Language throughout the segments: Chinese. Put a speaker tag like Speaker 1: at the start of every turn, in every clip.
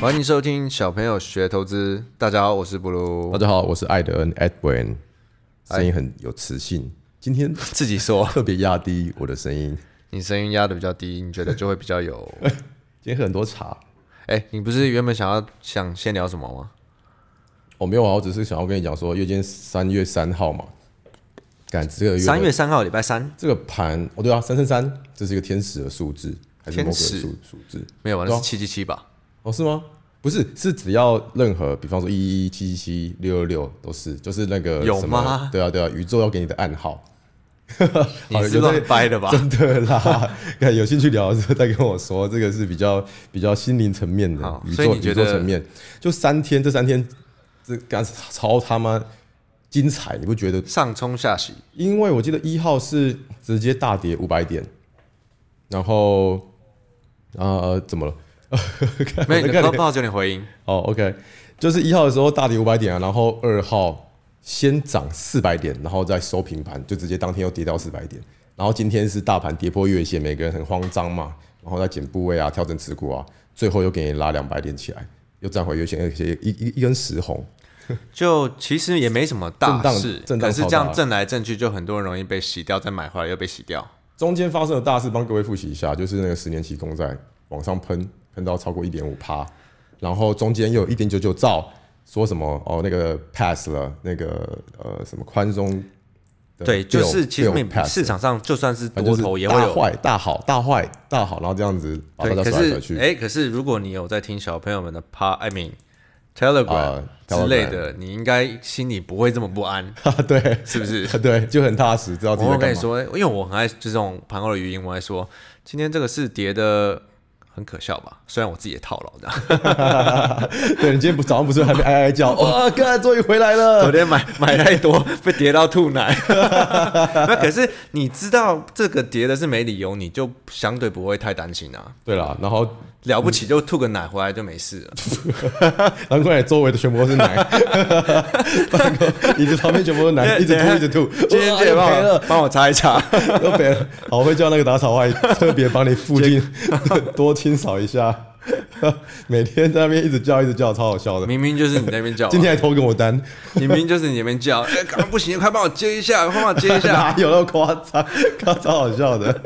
Speaker 1: 欢迎收听小朋友学投资。大家好，我是布鲁
Speaker 2: 大。家好，我是艾德恩 Edwin，声音很有磁性。今天
Speaker 1: 自己说，
Speaker 2: 特别压低我的声音，
Speaker 1: 你声音压的比较低，你觉得就会比较有。
Speaker 2: 今天喝很多茶。
Speaker 1: 哎、你不是原本想要想先聊什么吗？
Speaker 2: 哦，没有啊，我只是想要跟你讲说，因为今天三月三号嘛，赶这个月的
Speaker 1: 三月三号，礼拜三，
Speaker 2: 这个盘哦，对啊，三三三，这是一个天使的数字，还是
Speaker 1: 天
Speaker 2: 魔鬼
Speaker 1: 使
Speaker 2: 的数数字？
Speaker 1: 没有吧？
Speaker 2: 对
Speaker 1: 那
Speaker 2: 啊
Speaker 1: 是七七七吧？
Speaker 2: 哦，是吗？不是，是只要任何，比方说一一七七七六六六都是，就是那个
Speaker 1: 有
Speaker 2: 什么
Speaker 1: 吗
Speaker 2: 对啊，对啊，宇宙要给你的暗号。
Speaker 1: 哦你是乱掰的吧？
Speaker 2: 真的啦， 看有兴趣聊的时候再跟我说，这个是比较比较心灵层面的
Speaker 1: 好，
Speaker 2: 宇
Speaker 1: 所以
Speaker 2: 宙
Speaker 1: 你
Speaker 2: 宇
Speaker 1: 觉
Speaker 2: 宙
Speaker 1: 得
Speaker 2: 层面，就三天，这三天这干超他妈精彩，你不觉得？
Speaker 1: 上冲下洗，
Speaker 2: 因为我记得一号是直接大跌五百点，然后呃怎么了？
Speaker 1: 没有，你的
Speaker 2: 看
Speaker 1: 泡泡有点回音。
Speaker 2: 哦，OK，就是一号的时候大跌五百点啊，然后二号先涨四百点，然后再收平盘，就直接当天又跌到四百点。然后今天是大盘跌破月线，每个人很慌张嘛，然后再减部位啊，调整持股啊，最后又给你拉两百点起来，又站回月线，而且一一一根石红，
Speaker 1: 就其实也没什么大
Speaker 2: 震荡
Speaker 1: 事，
Speaker 2: 震荡
Speaker 1: 可是
Speaker 2: 超
Speaker 1: 这样
Speaker 2: 大
Speaker 1: 震来震去，就很多人容易被洗掉，再买回来又被洗掉。
Speaker 2: 中间发生的大事，帮各位复习一下，就是那个十年期公债往上喷，喷到超过一点五趴，然后中间又有一点九九兆，说什么哦那个 pass 了，那个呃什么宽松的
Speaker 1: 对，就
Speaker 2: 六
Speaker 1: 是其实
Speaker 2: 六
Speaker 1: 每
Speaker 2: pass
Speaker 1: 市场上就算是
Speaker 2: 反正
Speaker 1: 多
Speaker 2: 就是
Speaker 1: 头也会
Speaker 2: 大
Speaker 1: 有
Speaker 2: 坏大好大坏大好，然后这样子把大
Speaker 1: 对，可
Speaker 2: 家甩来甩
Speaker 1: 是
Speaker 2: 去。
Speaker 1: 哎、可是如果你有在听小朋友们的 pa I mean Telegram
Speaker 2: 啊
Speaker 1: 之类
Speaker 2: Telegram
Speaker 1: 的，你应该心里不会这么不安，
Speaker 2: 对
Speaker 1: 是不哎是？
Speaker 2: 对，就很踏实，知道自己
Speaker 1: 我
Speaker 2: 在
Speaker 1: 跟
Speaker 2: 干
Speaker 1: 你
Speaker 2: 嘛。
Speaker 1: 说，因为我很爱就这种盘后的语音，我还说今天这个是跌的很可笑吧？虽然我自己也套牢的，
Speaker 2: 对你今天不早上不是还没哀哀
Speaker 1: 哦
Speaker 2: 叫？哇，哥终于回来
Speaker 1: 昨
Speaker 2: 了！
Speaker 1: 天买买太多，被跌到吐奶。 那可是你知道这个跌的是没理由，你就相对不会太担心啊。
Speaker 2: 对了，然后
Speaker 1: 了
Speaker 2: 嗯
Speaker 1: 不起就吐个奶回来就没事 了。
Speaker 2: 难怪周围的全部都是 奶，办公椅子旁边全部都是奶，一直吐一直吐。
Speaker 1: 今天
Speaker 2: 哇
Speaker 1: 姐
Speaker 2: 又
Speaker 1: 帮
Speaker 2: 哎赔
Speaker 1: 我
Speaker 2: 了，
Speaker 1: 帮我查一查。
Speaker 2: 又赔了。好，我会叫那个打 扫外特别帮你附近 多清扫一下， 每天在那边一直叫一直叫，超好笑的。
Speaker 1: 明明就是你在那边叫、啊，
Speaker 2: 今天还偷跟我单，
Speaker 1: 明明就是你那边 叫，哎、赶快不行，快帮我接一下，快帮我接一 下。
Speaker 2: 哪有那么夸张？夸张好笑的。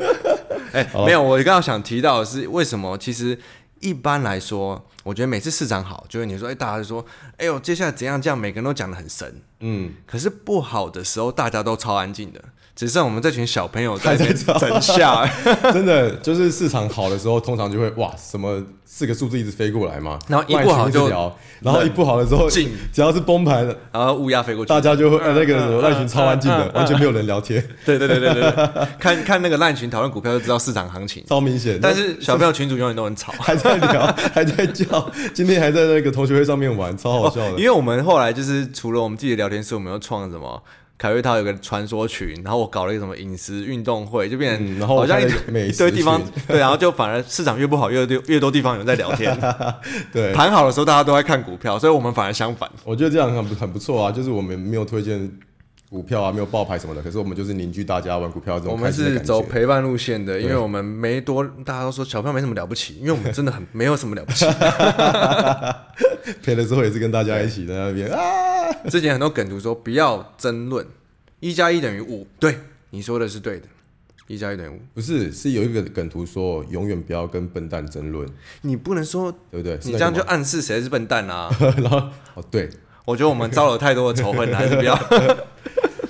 Speaker 1: 哎、没有，我刚刚想提到的是为什么？其实一般来说，我觉得每次市场好，就是你说，哎、大家就说，哎呦，接下来怎样这样，每个人都讲的很神。嗯，可是不好的时候，大家都超安静的，只剩我们这群小朋友在那边
Speaker 2: 还在吵
Speaker 1: 整 下。
Speaker 2: 真的就是市场好的时候，通常就会哇，什么四个数字一直飞过来嘛，
Speaker 1: 然后一不好就
Speaker 2: 赖群一直聊然后一不好的时候，
Speaker 1: 静
Speaker 2: 只要是崩盘，
Speaker 1: 然后乌鸦飞过去，
Speaker 2: 大家就会呃
Speaker 1: 嗯
Speaker 2: 那个什么赖群超安静的，完全没有人聊天，
Speaker 1: 对对对对对 对，看看那个烂群讨论股票就知道市场行情，
Speaker 2: 超明显。
Speaker 1: 但是小朋友群主永远都很吵。
Speaker 2: 还在聊， 还在叫，今天还在那个同学会上面玩，超好笑
Speaker 1: 哦因
Speaker 2: 的。
Speaker 1: 为我们后来就是除了我们自己的聊天室，我们又创了什么凯瑞涛有个传说群，然后我搞了一个什么饮食运动会，就变成
Speaker 2: 嗯然后我
Speaker 1: 好像一
Speaker 2: 开了
Speaker 1: 堆
Speaker 2: 一个美
Speaker 1: 一
Speaker 2: 食
Speaker 1: 堆地方
Speaker 2: 群
Speaker 1: 对，然后就反而市场越不好，越多越多地方有人在聊天。
Speaker 2: 对，
Speaker 1: 盘好的时候大家都在看股票，所以我们反而相反。
Speaker 2: 我觉得这样很不很不错啊，就是我们没有推荐股票啊，没有爆牌什么的，可是我们就是凝聚大家玩股票这
Speaker 1: 我
Speaker 2: 种
Speaker 1: 们
Speaker 2: 开心的
Speaker 1: 是
Speaker 2: 感
Speaker 1: 走
Speaker 2: 觉。
Speaker 1: 陪伴路线的，因为我们没多，大家都说小票没什么了不起，因为我们真的很没有什么了不 起。
Speaker 2: 陪的时候也是跟大家一起在那边啊，
Speaker 1: 之前很多梗图说不要争论，一加一等于五，对，你说的是对的，一加一等于五，
Speaker 2: 不是，是有一个梗图说，永远不要跟笨蛋争论，
Speaker 1: 你不能说
Speaker 2: 对不对？是
Speaker 1: 你这
Speaker 2: 那个
Speaker 1: 样就
Speaker 2: 吗
Speaker 1: 暗示谁是笨蛋 啊！
Speaker 2: 然后哦对，
Speaker 1: 我觉得我们招惹太多的仇恨了，啊还是不要。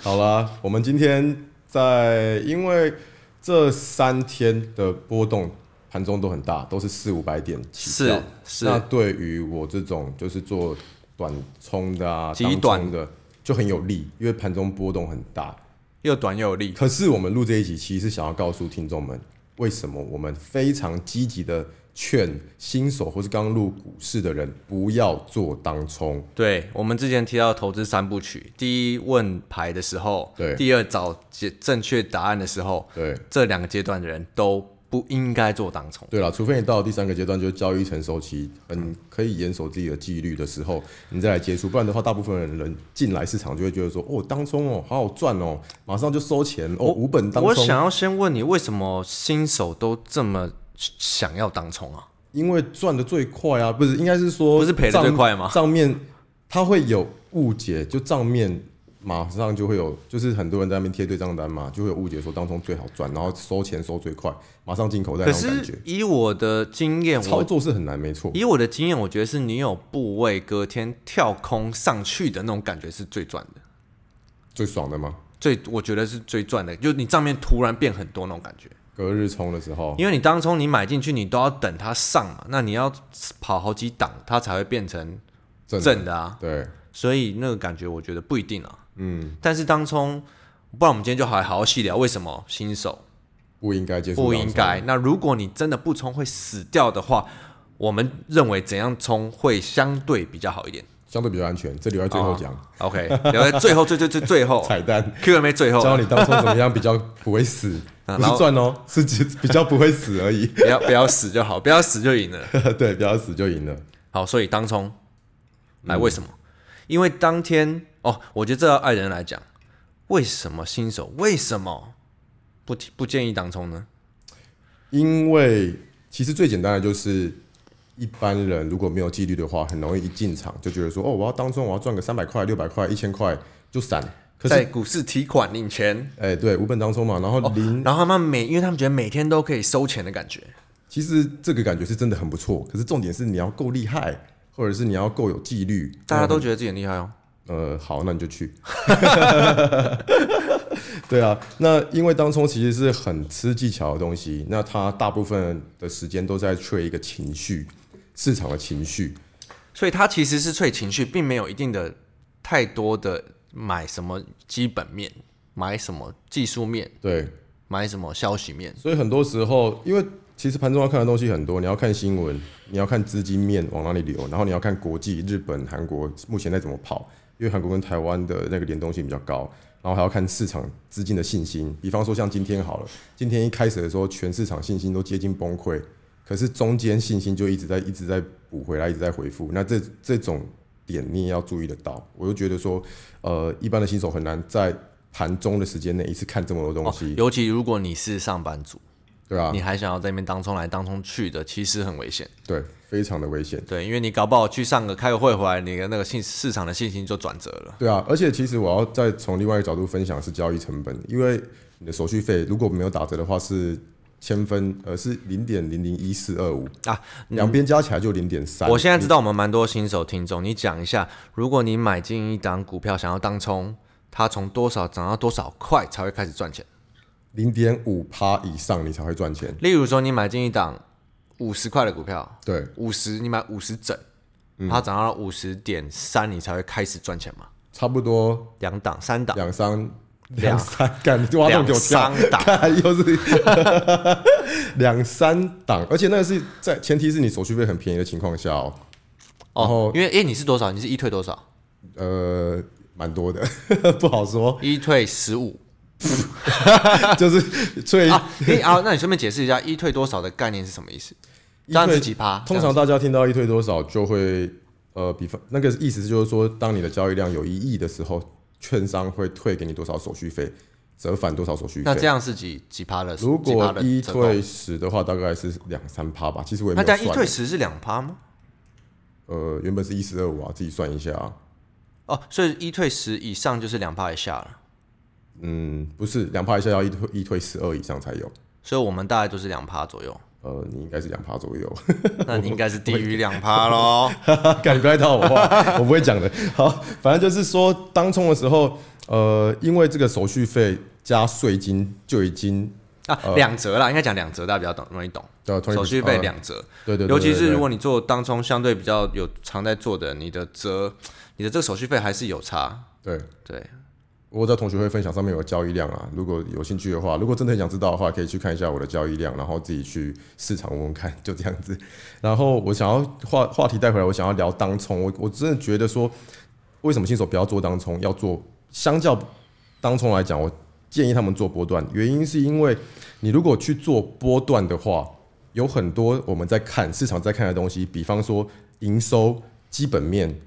Speaker 2: 好啦，我们今天在因为这三天的波动盘中都很大，都是四五百点起跳。
Speaker 1: 是
Speaker 2: 那对于我这种就是做短冲的啊，
Speaker 1: 极
Speaker 2: 当冲
Speaker 1: 短
Speaker 2: 的就很有利，因为盘中波动很大。
Speaker 1: 又短又有力，
Speaker 2: 可是我们录这一集，其实是想要告诉听众们，为什么我们非常积极的劝新手或是刚入股市的人不要做当冲。
Speaker 1: 对我们之前提到投资三部曲：第一问牌的时候，
Speaker 2: 对
Speaker 1: 第二找解正确答案的时候，
Speaker 2: 对
Speaker 1: 这两个阶段的人都不应该做当冲。
Speaker 2: 对了，除非你到了第三个阶段，就是交易成熟期，嗯，可以严守自己的纪律的时候，你再来接触，不然的话，大部分的人进来市场就会觉得说，哦，当冲哦，好好赚哦，马上就收钱哦，无本当
Speaker 1: 我
Speaker 2: 冲。
Speaker 1: 想要先问你，为什么新手都这么想要当冲啊？
Speaker 2: 因为赚的最快啊，不是应该是说
Speaker 1: 不是赔得最
Speaker 2: 账
Speaker 1: 快吗
Speaker 2: 账面它会有误解，就账面马上就会有，就是很多人在那边贴对账单嘛，就会有误解说当中最好赚，然后收钱收最快，马上进口袋
Speaker 1: 可
Speaker 2: 那种感觉
Speaker 1: 是。以我的经验，
Speaker 2: 操
Speaker 1: 我
Speaker 2: 作是很难，没错。
Speaker 1: 以我的经验，我觉得是你有部位隔天跳空上去的那种感觉是最赚的，
Speaker 2: 最爽的吗？
Speaker 1: 最我觉得是最赚的，就你账面突然变很多那种感觉。
Speaker 2: 隔日冲的时候，
Speaker 1: 因为你当初你买进去，你都要等它上嘛，那你要跑好几档，它才会变成
Speaker 2: 正
Speaker 1: 正的啊。
Speaker 2: 对，
Speaker 1: 所以那个感觉我觉得不一定啊。
Speaker 2: 嗯，
Speaker 1: 但是当冲，不然我们今天就好好好细聊为什么新手
Speaker 2: 不应该接触，
Speaker 1: 不应该。。那如果你真的不冲会死掉的话，我们认为怎样冲会相对比较好一点。
Speaker 2: 相对比较安全。这留在最后讲、
Speaker 1: 哦 OK，留在最后最最最最 后
Speaker 2: 彩蛋，
Speaker 1: Q&A 最后，
Speaker 2: 教你当初怎么样比较不会死，
Speaker 1: 啊
Speaker 2: 不
Speaker 1: 然
Speaker 2: 是
Speaker 1: 后
Speaker 2: 赚哦，是只比较不会死而已。
Speaker 1: 不要不要死就好，不要死就赢了。
Speaker 2: 对，不要死就赢了。
Speaker 1: 好，所以当冲，来为什么？因为当天哦，我觉得这要爱人来讲，为什么新手为什么不不建议当冲呢？
Speaker 2: 因为其实最简单的就是，一般人如果没有纪律的话，很容易一进场就觉得说，哦，我要当中我要赚个三百块、六百块、一千块就散。可是，
Speaker 1: 在哦股市提款领钱，
Speaker 2: 哎、对，无本当中嘛，然后零、
Speaker 1: 然后他们每，因为他们觉得每天都可以收钱的感觉，
Speaker 2: 其实这个感觉是真的很不错。可是重点是你要够厉害，或者是你要够有纪律。
Speaker 1: 大家都觉得自己很厉害哦。
Speaker 2: 呃，好，那你就去。 对啊，那因为当冲其实是很吃技巧的东西，那它大部分的时间都在 trade 一个情绪，市场的情绪。
Speaker 1: 所以他其实是脆情绪，并没有一定的太多的买什么基本面，买什么技术面，
Speaker 2: 对，
Speaker 1: 买什么消息面。
Speaker 2: 所以很多时候，因为其实盘中要看的东西很多，你要看新闻，你要看资金面往哪里流，然后你要看国际、日本、韩国目前在怎么跑，因为韩国跟台湾的那个联动性比较高，然后还要看市场资金的信心。比方说像今天好了，今天一开始的时候，全市场信心都接近崩溃，可是中间信心就一直在一直在补回来，一直在回复。那这这种点你也要注意得到。我就觉得说，呃，一般的新手很难在盘中的时间内一次看这么多东
Speaker 1: 哦
Speaker 2: 西，，
Speaker 1: 尤其如果你是上班族，
Speaker 2: 对啊
Speaker 1: 你，还想要在那边当冲来当冲去的，其实很危险。
Speaker 2: 对，非常的危险。
Speaker 1: 对，因为你搞不好去上个开个会回来，你的那个信市场的信心就转折了。
Speaker 2: 对啊，而且其实我要再从另外一个角度分享是交易成本，因为你的手续费如果没有打折的话是千分，呃是零点零零一四二五
Speaker 1: 啊，
Speaker 2: 两边加起来就零点三。
Speaker 1: 我现在知道我们蛮多新手听众，你讲一下，如果你买进一档股票想要当冲，它从多少涨到多少块才会开始赚钱？
Speaker 2: 零点五趴以上你才会赚钱。
Speaker 1: 例如说，你买进一档五十块的股票，
Speaker 2: 对，
Speaker 1: 五十你买五十整，它涨到五十点三，你才会开始赚钱嘛？
Speaker 2: 差不多
Speaker 1: 两档、三档、
Speaker 2: 两三
Speaker 1: 两
Speaker 2: 两三，干你挖洞给我跳
Speaker 1: 两三档
Speaker 2: 干又是 两三档，而且那个是在前提是你手续费很便宜的情况下哦，然
Speaker 1: 哦
Speaker 2: 后，
Speaker 1: 因为诶你是多少？你是一退多少？
Speaker 2: 呃，蛮多的， 不好说，
Speaker 1: 一退十五
Speaker 2: 就是最
Speaker 1: 啊？诶啊，那你顺便解释一下一退多少的概念是什么意思？
Speaker 2: 一
Speaker 1: 这样
Speaker 2: 退
Speaker 1: 是几趴？
Speaker 2: 通常大家听到一推多少，就会呃，比方那个意思就是说，当你的交易量有一亿的时候，券商会退给你多少手续费，折返多少手续
Speaker 1: 那这
Speaker 2: 费。
Speaker 1: 样是几几趴的？
Speaker 2: 如
Speaker 1: 几趴
Speaker 2: 果
Speaker 1: 的
Speaker 2: 一
Speaker 1: 折扣
Speaker 2: 退十的话，大概是两三趴吧。其实我也
Speaker 1: 那
Speaker 2: 没有
Speaker 1: 这
Speaker 2: 算
Speaker 1: 样一退十是两趴吗？
Speaker 2: 呃，原本是一四二五啊，自己算一下、啊。
Speaker 1: 哦，所以一退十以上就是两趴以下了，
Speaker 2: 嗯，不是两趴以下要一推一推十二以上才有。
Speaker 1: 所以我们大概都是两趴左 右。
Speaker 2: 呃，你应该是两趴 左右。
Speaker 1: 那你应该是低于两趴喽。
Speaker 2: 感觉到我话，我不会讲的。好，反正就是说，当冲的时候，呃，因为这个手续费加税金就已经
Speaker 1: 啊，两折啦，应该讲两折，大家比较懂，容易懂。
Speaker 2: 呃
Speaker 1: 手续费，
Speaker 2: 20%
Speaker 1: 两折，
Speaker 2: 呃对对对，
Speaker 1: 尤其
Speaker 2: 对
Speaker 1: 是如果你做当冲相对比较有常在做的，你的折，你的这个手续费还是有差。
Speaker 2: 对，对
Speaker 1: 对，
Speaker 2: 我在同学会分享上面有交易量啊，如果有兴趣的话，如果真的很想知道的话，可以去看一下我的交易量，然后自己去市场问问看， 就这样子。然后我想要话话题带回来，我想要聊当冲，我我真的觉得说，为什么新手不要做当冲，要做相较当冲来讲，我建议他们做波段，原因是因为你如果去做波段的话，有很多我们在看市场在看的东西，比方说营收、基本面，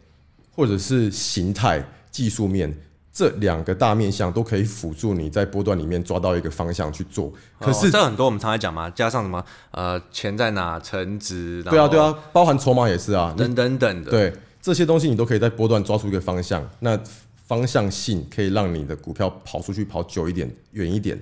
Speaker 2: 或者是形态、技术面，这两个大面向都可以辅助你在波段里面抓到一个方向去做。可是
Speaker 1: 哦这很多我们常在讲嘛，加上什么呃钱在哪、成值，然
Speaker 2: 对啊，
Speaker 1: 后
Speaker 2: 对啊，包含筹码也是啊，你
Speaker 1: 等等等的。
Speaker 2: 对这些东西你都可以在波段抓出一个方向，那方向性可以让你的股票跑出去跑久一点、远一点。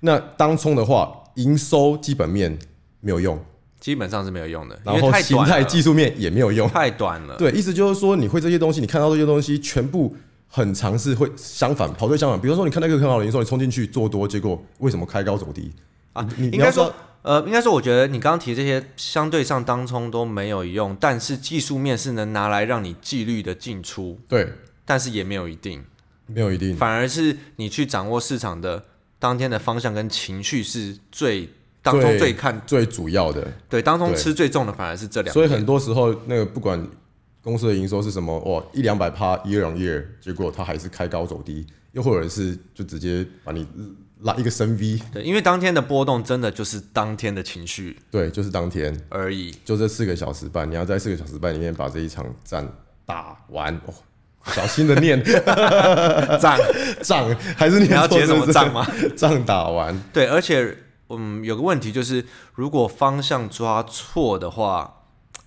Speaker 2: 那当冲的话，营收基本面没有用，
Speaker 1: 基本上是没有用的，因
Speaker 2: 然
Speaker 1: 为
Speaker 2: 后
Speaker 1: 太
Speaker 2: 形
Speaker 1: 短
Speaker 2: 态
Speaker 1: 了，
Speaker 2: 技术面也没有用。
Speaker 1: 太短了。
Speaker 2: 对，意思就是说，你会这些东西，你看到这些东西，全部很尝试会相反，跑对相反。比如说，你看到一个很好的营收，你冲进去做多，结果为什么开高走低啊？你你
Speaker 1: 应该
Speaker 2: 要知道
Speaker 1: 说，呃，应该说，我觉得你刚刚提这些相对上当冲都没有用，但是技术面是能拿来让你纪律的进出，
Speaker 2: 对，
Speaker 1: 但是也没有一定，
Speaker 2: 没有一定。
Speaker 1: 反而是你去掌握市场的当天的方向跟情绪是最当中
Speaker 2: 对
Speaker 1: 最看
Speaker 2: 最主要的，
Speaker 1: 对当中
Speaker 2: 对
Speaker 1: 吃最重的，反而是这两
Speaker 2: 所以
Speaker 1: 个。
Speaker 2: 很多时候那个不管公司的营收是什么，哇，一两百趴 year on year，结果它还是开高走低，又或者是就直接把你拉一个升 V，
Speaker 1: 对，因为当天的波动真的就是当天的情绪
Speaker 2: 对，就是当天
Speaker 1: 而已。
Speaker 2: 就这四个小时半，你要在四个小时半里面把这一场战打完。哦小心的 念
Speaker 1: 赞，
Speaker 2: 仗，还是你
Speaker 1: 你要
Speaker 2: 错
Speaker 1: 结什么
Speaker 2: 是不是
Speaker 1: 账吗？
Speaker 2: 仗打完，
Speaker 1: 对，而且嗯，有个问题就是，如果方向抓错的话，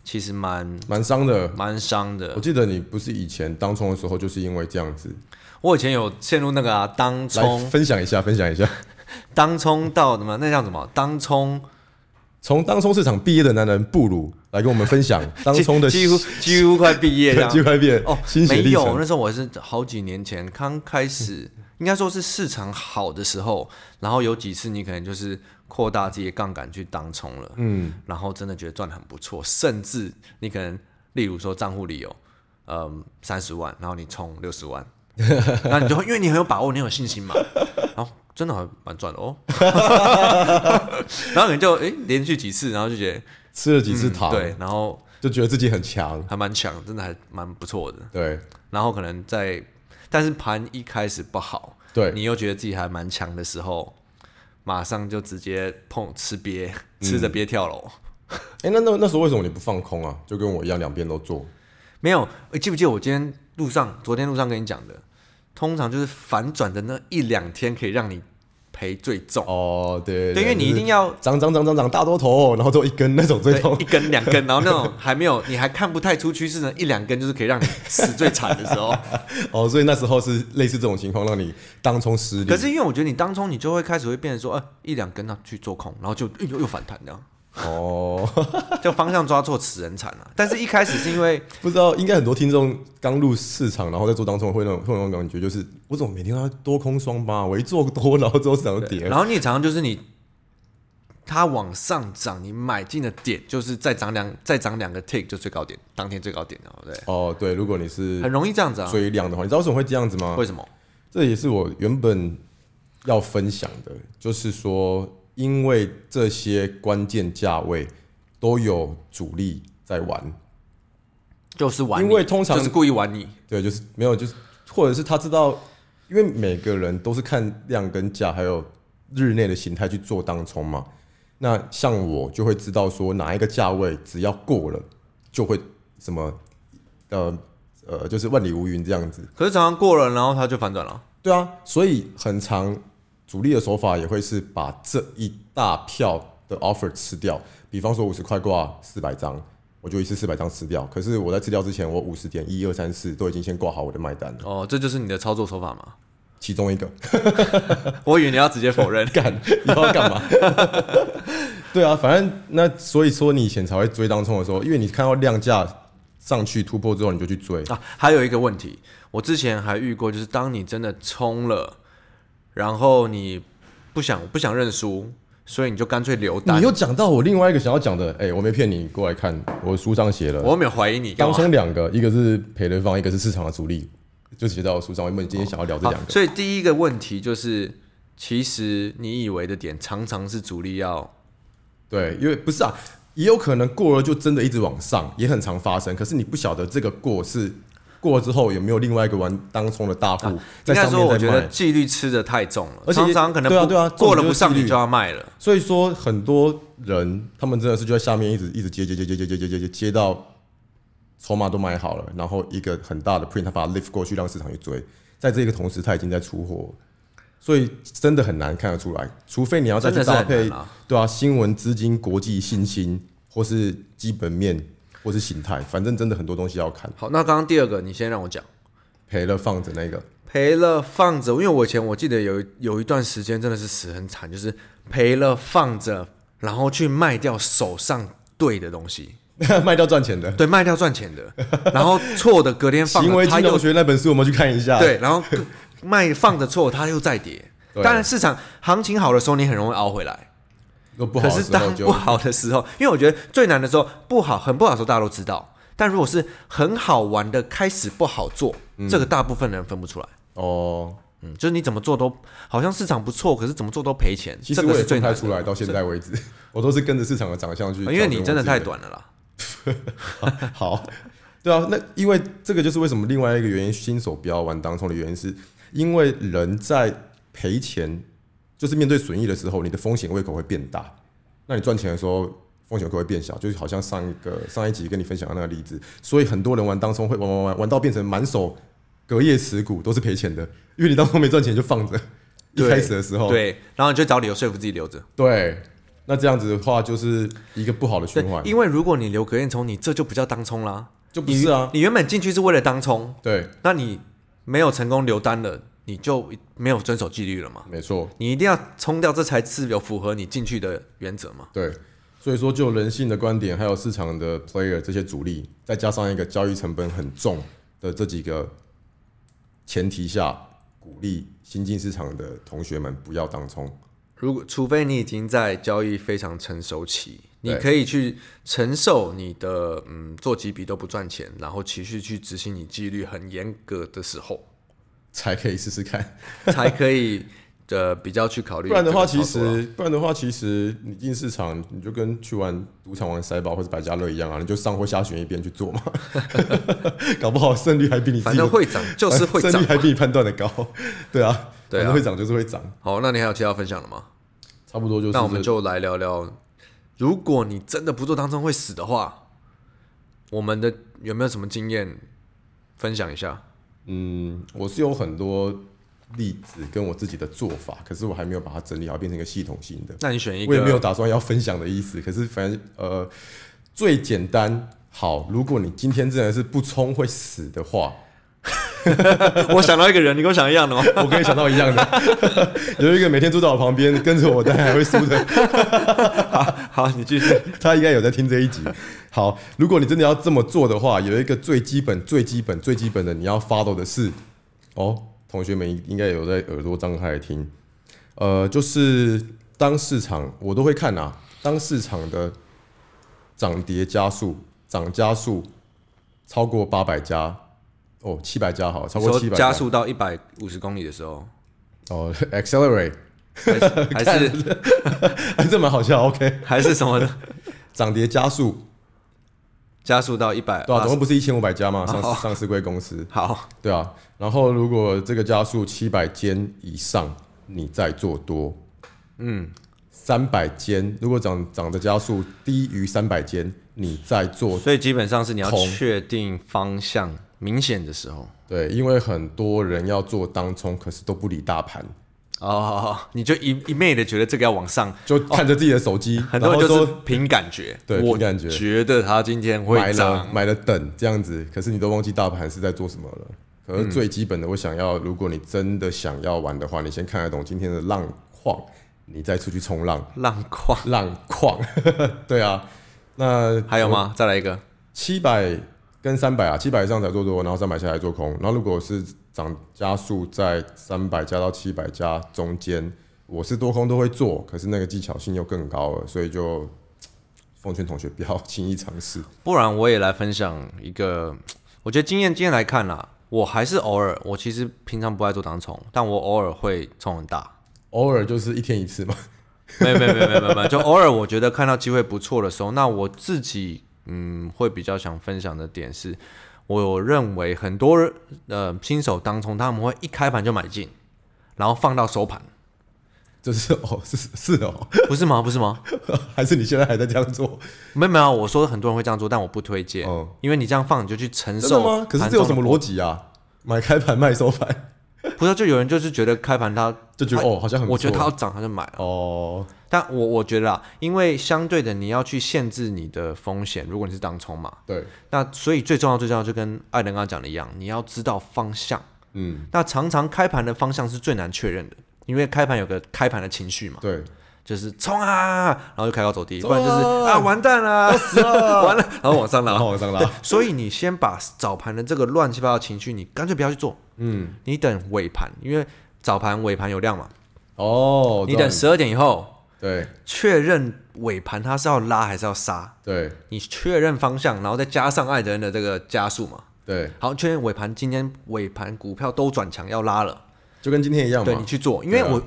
Speaker 1: 其实蛮
Speaker 2: 蛮伤的。
Speaker 1: 蛮伤的
Speaker 2: 我。记得你不是以前当冲的时候，就是因为这样子。
Speaker 1: 我以前有陷入那个啊，当
Speaker 2: 来
Speaker 1: 冲，
Speaker 2: 分享一下，分享一下。
Speaker 1: 当冲到什么？那叫什么？当冲，
Speaker 2: 从当冲市场毕业的男人布鲁来跟我们分享当
Speaker 1: 几
Speaker 2: 冲的
Speaker 1: 几乎几乎快毕 业这
Speaker 2: 区
Speaker 1: 样。
Speaker 2: 块链
Speaker 1: 哦，
Speaker 2: 心血
Speaker 1: 没
Speaker 2: 历
Speaker 1: 有，
Speaker 2: 程。
Speaker 1: 那时候我是好几年前刚开始，应该说是市场好的时候，然后有几次你可能就是扩大自己的杠杆去当冲了，嗯，然后真的觉得赚的很不错，甚至你可能例如说账户里有嗯三十万，然后你冲六十万，那你就会因为你很有把握，你很有信心嘛，然后真的还蛮赚的哦， 然后你就诶连续几次，然后就觉得
Speaker 2: 吃了几次
Speaker 1: 嗯
Speaker 2: 糖，
Speaker 1: 对，然后
Speaker 2: 就觉得自己很强。
Speaker 1: 还蛮强，真的还蛮不错的。
Speaker 2: 对
Speaker 1: 然后可能在，但是盘一开始不好，
Speaker 2: 对，
Speaker 1: 你又觉得自己还蛮强的时候，马上就直接碰吃瘪，吃着瘪跳楼。
Speaker 2: 哎，那那那时候为什么你不放空啊？就跟我一样，两边都做。
Speaker 1: 没有，诶记不记得我今天路上，昨天路上跟你讲的，通常就是反转的那一两天可以让你赔最重，
Speaker 2: 哦，对，
Speaker 1: 对，因为你一定
Speaker 2: 要
Speaker 1: 要。
Speaker 2: 涨涨涨涨涨大多头，然后做一根那种 最
Speaker 1: 对
Speaker 2: 痛，
Speaker 1: 一。根两根，然后那 种还没有，你还看不太出趋势呢，一两根就是可以让你死最惨的时 候。
Speaker 2: 哦，所以那时候是类似这种情况，让你当冲失利。
Speaker 1: 可是因为我觉得你当中你就会开始会变成说，呃，一两根那去做空，然后就哎呦又又反弹这样。
Speaker 2: 哦，
Speaker 1: 就方向抓错，此人惨了、啊但是一开始是因为
Speaker 2: 不知道，应该很多听众刚入市场，然后在做当冲会那种会有那种感觉，就是我怎么每天都要多空双八，我一做多，然后之后市场就跌。
Speaker 1: 然后你也常常就是你，它往上涨，你买进的点就是再涨两再涨两个 tick 就最高点，当天最高点了，对不
Speaker 2: 哦，对，如果你是
Speaker 1: 对，很容易这样子啊。
Speaker 2: 追量的话，你知道为什么会这样子吗？
Speaker 1: 为什么？
Speaker 2: 这也是我原本要分享的，就是说，因为这些关键价位都有主力在玩，
Speaker 1: 就是玩你，
Speaker 2: 因为通常
Speaker 1: 就是故意玩你，
Speaker 2: 对，就是没有，就是或者是他知道，因为每个人都是看量跟价，还有日内的形态去做当冲嘛。那像我就会知道说哪一个价位只要过了，就会什么，呃呃，就是万里无云这样子。
Speaker 1: 可是常常过了，然后它就反转了。
Speaker 2: 对啊，所以很长主力的手法也会是把这一大票的 offer 吃掉。比方说五十块挂四百张，我就一次四百张吃掉。可是我在吃掉之前，我五十点一二三四都已经先挂好我的卖单了，
Speaker 1: 哦，这就是你的操作手法嘛？
Speaker 2: 其中一个。
Speaker 1: 我以为你要直接否认
Speaker 2: 干，你要干嘛？ 对啊，反正那所以说你以前才会追当冲的时候，因为你看到量价上去突破之后，你就去追。
Speaker 1: 啊，还有一个问题，我之前还遇过，就是当你真的冲了，然后你不想不想认输，所以你就干脆留单
Speaker 2: 你。又讲到我另外一个想要讲的，哎、我没骗你，过来看，我书上写了，
Speaker 1: 我没有怀疑你干
Speaker 2: 当
Speaker 1: 嘛。
Speaker 2: 中两个，一个是赔人方，一个是市场的主力，就写在我书上。因为你今天想要聊这
Speaker 1: 好
Speaker 2: 两，个，
Speaker 1: 所以第一个问题就是，其实你以为的点常常是主力要
Speaker 2: 对，因为不是啊，也有可能过了就真的一直往上，也很常发生。可是你不晓得这个过是过了之后有没有另外一个玩当冲的大户在
Speaker 1: 应该
Speaker 2: 上
Speaker 1: 说，我
Speaker 2: 面在
Speaker 1: 觉得
Speaker 2: 卖。
Speaker 1: 纪律吃的太重了，
Speaker 2: 而且
Speaker 1: 常常可能
Speaker 2: 对啊
Speaker 1: 不
Speaker 2: 对啊
Speaker 1: 过了
Speaker 2: 重点就是
Speaker 1: 不上
Speaker 2: 纪
Speaker 1: 你
Speaker 2: 律
Speaker 1: 就要卖了。
Speaker 2: 所以说，很多人他们真的是就在下面一直一直接接接接接接接接接接到筹码都买好了，然后一个很大的 print，他把它 lift 过去让市场去追。在这个同时，它已经在出货了，所以真的很难看得出来，除非你要再
Speaker 1: 真的
Speaker 2: 去
Speaker 1: 是
Speaker 2: 搭
Speaker 1: 很
Speaker 2: 配
Speaker 1: 难啊。
Speaker 2: 对啊，新闻、资金、国际信心，或是基本面，或是形态，反正真的很多东西要看。
Speaker 1: 好，那刚刚第二个，你先让我讲。
Speaker 2: 赔了放着那个，
Speaker 1: 赔了放着，因为我以前我记得有一有一段时间真的是死很惨，就是赔了放着，然后去卖掉手上对的东西，
Speaker 2: 卖掉赚钱的。
Speaker 1: 对，卖掉赚钱的，然后错的隔天放
Speaker 2: 行
Speaker 1: 了，
Speaker 2: 为
Speaker 1: 它
Speaker 2: 金
Speaker 1: 又
Speaker 2: 融学那本书我们去看一下。，
Speaker 1: 对，然后各卖放着错，它又再跌。
Speaker 2: 对啊
Speaker 1: 当然，市场行情好的时候，你很容易熬回来。
Speaker 2: 如果不好
Speaker 1: 可
Speaker 2: 的
Speaker 1: 是
Speaker 2: 时候
Speaker 1: 当不
Speaker 2: 就
Speaker 1: 好的时候，因为我觉得最难的时候，不好很不好的时候大家都知道，但如果是很好玩的开始不好做，
Speaker 2: 嗯
Speaker 1: 这个大部分人分不出来。
Speaker 2: 哦，
Speaker 1: 嗯，就是你怎么做都好像市场不错，可是怎么做都赔钱，
Speaker 2: 其
Speaker 1: 这
Speaker 2: 实
Speaker 1: 个
Speaker 2: 我
Speaker 1: 是
Speaker 2: 也
Speaker 1: 最
Speaker 2: 分不
Speaker 1: 难
Speaker 2: 太
Speaker 1: 的
Speaker 2: 出来，到现在为止，我都是跟着市场的长相去。
Speaker 1: 哦因为你真的太。短了啦。
Speaker 2: 好，对啊，那因为这个就是为什么另外一个原因，新手不要玩当冲的原因，是因为人在赔钱，就是面对损益的时候，你的风险胃口会变大。那你赚钱的时候，风险胃口会变小，就是好像上一个上一集跟你分享的那个例子，所以很多人玩当冲会玩玩玩玩到变成满手隔夜持股都是赔钱的，因为你当冲没赚钱就放着，一
Speaker 1: 对
Speaker 2: 开始的时候，
Speaker 1: 对，然后你就找理由说服自己留着。
Speaker 2: 对，那这样子的话就是一个不好的
Speaker 1: 对
Speaker 2: 循环，，
Speaker 1: 因为如果你留隔夜冲，你这就不叫当冲啦。
Speaker 2: 就不是啊，
Speaker 1: 你原本进去是为了当冲，
Speaker 2: 对，
Speaker 1: 那你没有成功留单了，你就没有遵守纪律了嘛？
Speaker 2: 没错。
Speaker 1: 你一定要冲掉，这才是有符合你进去的原则嘛？
Speaker 2: 对，所以说就人性的观点，还有市场的 player 这些主力，再加上一个交易成本很重的这几个前提下，鼓励新进市场的同学们不要当冲。
Speaker 1: 如果除非你已经在交易非常成熟期，你
Speaker 2: 对
Speaker 1: 可以去承受你的嗯做几笔都不赚钱，然后持续去执行你纪律很严格的时 候，
Speaker 2: 才可以试试看，
Speaker 1: 才可以呃比较去考虑
Speaker 2: 不
Speaker 1: 这个
Speaker 2: 然
Speaker 1: 操作
Speaker 2: 的话，
Speaker 1: 啊。
Speaker 2: 其实不然的话，其实你进市场，你就跟去玩赌场、玩塞宝或者百家乐一样啊，你就上或下选一边去做嘛， 搞不好胜率还比你自己
Speaker 1: 反正会涨就是会
Speaker 2: 胜
Speaker 1: 涨
Speaker 2: 率。呃还比你判断的高，对啊，
Speaker 1: 对啊
Speaker 2: 反正会涨就是会涨，
Speaker 1: 好，那你还有其他分享的吗？
Speaker 2: 差不多就是
Speaker 1: 那我们
Speaker 2: 这
Speaker 1: 就来聊聊，如果你真的不做当中会死的话，我们的有没有什么经验分享一下？
Speaker 2: 嗯，我是有很多例子跟我自己的做法，可是我还没有把它整理好，变成一个系统性的。
Speaker 1: 那你选一
Speaker 2: 我也
Speaker 1: 个，
Speaker 2: 没有打算要分享的意思，可是反正呃，最简单好，如果你今天真的是不冲会死的话，
Speaker 1: 我想到一个人，你跟我想一样 的吗？
Speaker 2: 我可以想到一样的， 有一个每天坐在我旁边跟着我但还会输的，
Speaker 1: 好，你继续。
Speaker 2: 他应该有在听这一集。好，如果你真的要这么做的话，有一个最基本、最基本、最基本的你要 follow 的是，哦，同学们应应该有在耳朵张开来听，呃，就是当市场我都会看啊，当市场的涨跌加速、涨加速超过八百家，哦，七百家好，超过七
Speaker 1: 说
Speaker 2: 百
Speaker 1: 加速到一百五十公里的时 候，
Speaker 2: 哦，accelerate，
Speaker 1: 还是还是
Speaker 2: 哎，这蛮好笑，OK，
Speaker 1: 还是什么的，
Speaker 2: 涨跌加速，
Speaker 1: 加速到一百
Speaker 2: 对啊，
Speaker 1: 八
Speaker 2: 总
Speaker 1: 十。
Speaker 2: 共不是一千五百家吗？上
Speaker 1: 哦
Speaker 2: 市上市贵公司。
Speaker 1: 好，
Speaker 2: 对啊，然后如果这个加速七百间以上，你再做多，
Speaker 1: 嗯，
Speaker 2: 三百间如果涨涨的加速低于三百间，你再做
Speaker 1: 所以基本上是你要
Speaker 2: 空
Speaker 1: 确定方向明显的时候。
Speaker 2: 对，因为很多人要做当冲，可是都不理大盘，
Speaker 1: 哦，你就一一昧的觉得这个要往上，
Speaker 2: 就看着自己的手机，
Speaker 1: 哦很
Speaker 2: 然
Speaker 1: 多
Speaker 2: 后
Speaker 1: 人就
Speaker 2: 说
Speaker 1: 是凭感觉，
Speaker 2: 对
Speaker 1: 我
Speaker 2: 凭感觉
Speaker 1: 觉得它今天
Speaker 2: 买
Speaker 1: 会
Speaker 2: 了
Speaker 1: 涨，
Speaker 2: 买了等这样子，可是你都忘记大盘是在做什么了。可是最基本的，我想要，如果你真的想要玩的话，你先看得懂今天的浪况，你再出去冲浪，
Speaker 1: 浪 况
Speaker 2: 浪况， 对啊。那
Speaker 1: 还有吗？再来一个，
Speaker 2: 七百跟三百啊，七百以上才做多，然后三百下来做空。然后如果是涨加速在三百加到七百加中间，我是多空都会做，可是那个技巧性又更高了，所以就嘖奉劝同学不要 轻易尝试。
Speaker 1: 不然我也来分享一个，我觉得经验经验来看啦，我还是偶尔，我其实平常不爱做当冲，但我偶尔会冲很 大。
Speaker 2: 偶尔就是一天一次嘛，
Speaker 1: 没有没有没有没有没有没有，就偶尔我觉得看到机会不错的时候，那我自己嗯会比较想分享的点是，我认为很多人呃新手当冲他们会一开盘就买进，然后放到收盘，
Speaker 2: 就是 哦，是是哦，
Speaker 1: 不是吗？不是吗？
Speaker 2: 还是你现在还在这样做？
Speaker 1: 没有没有，我说很多人会这样做，但我不推荐，
Speaker 2: 哦
Speaker 1: 因为你这样放你就去承
Speaker 2: 真的
Speaker 1: 受
Speaker 2: 吗？可是这有什么逻辑啊？买开盘卖收盘，
Speaker 1: 不是，就有人就是觉得开盘它，
Speaker 2: 就觉得
Speaker 1: 它
Speaker 2: 哦好像很不
Speaker 1: 哎我觉得它
Speaker 2: 错
Speaker 1: 要涨，他就买了。
Speaker 2: 哦，
Speaker 1: 但我我觉得啊，因为相对的你要去限制你的风险，如果你是当冲嘛，
Speaker 2: 对，
Speaker 1: 那所以最重要最重要就跟艾伦刚刚讲的一样，你要知道方向。
Speaker 2: 嗯，
Speaker 1: 那常常开盘的方向是最难确认的，因为开盘有个开盘的情绪嘛，
Speaker 2: 对，
Speaker 1: 就是冲啊，然后就开高走低，
Speaker 2: 冲
Speaker 1: 不然就是
Speaker 2: 啊
Speaker 1: 啊完蛋 啦， 完了，然后往上
Speaker 2: 然
Speaker 1: 拉。
Speaker 2: 后往 上拉，
Speaker 1: 所以你先把早盘的这个乱七八糟的情绪，你干脆不要去做，
Speaker 2: 嗯，
Speaker 1: 你等尾盘，因为早盘尾盘有量嘛，
Speaker 2: 哦，
Speaker 1: 你等
Speaker 2: 对
Speaker 1: 十二点以后
Speaker 2: 对
Speaker 1: 确认尾盘它是要拉还是要杀，
Speaker 2: 对
Speaker 1: 你确认方向，然后再加上艾德恩的这个加速嘛，
Speaker 2: 对，
Speaker 1: 好，确认尾盘今天尾盘股票都转强要拉了，
Speaker 2: 就跟今天一样
Speaker 1: 对你
Speaker 2: 嘛，
Speaker 1: 去做，因为
Speaker 2: 对啊
Speaker 1: 我、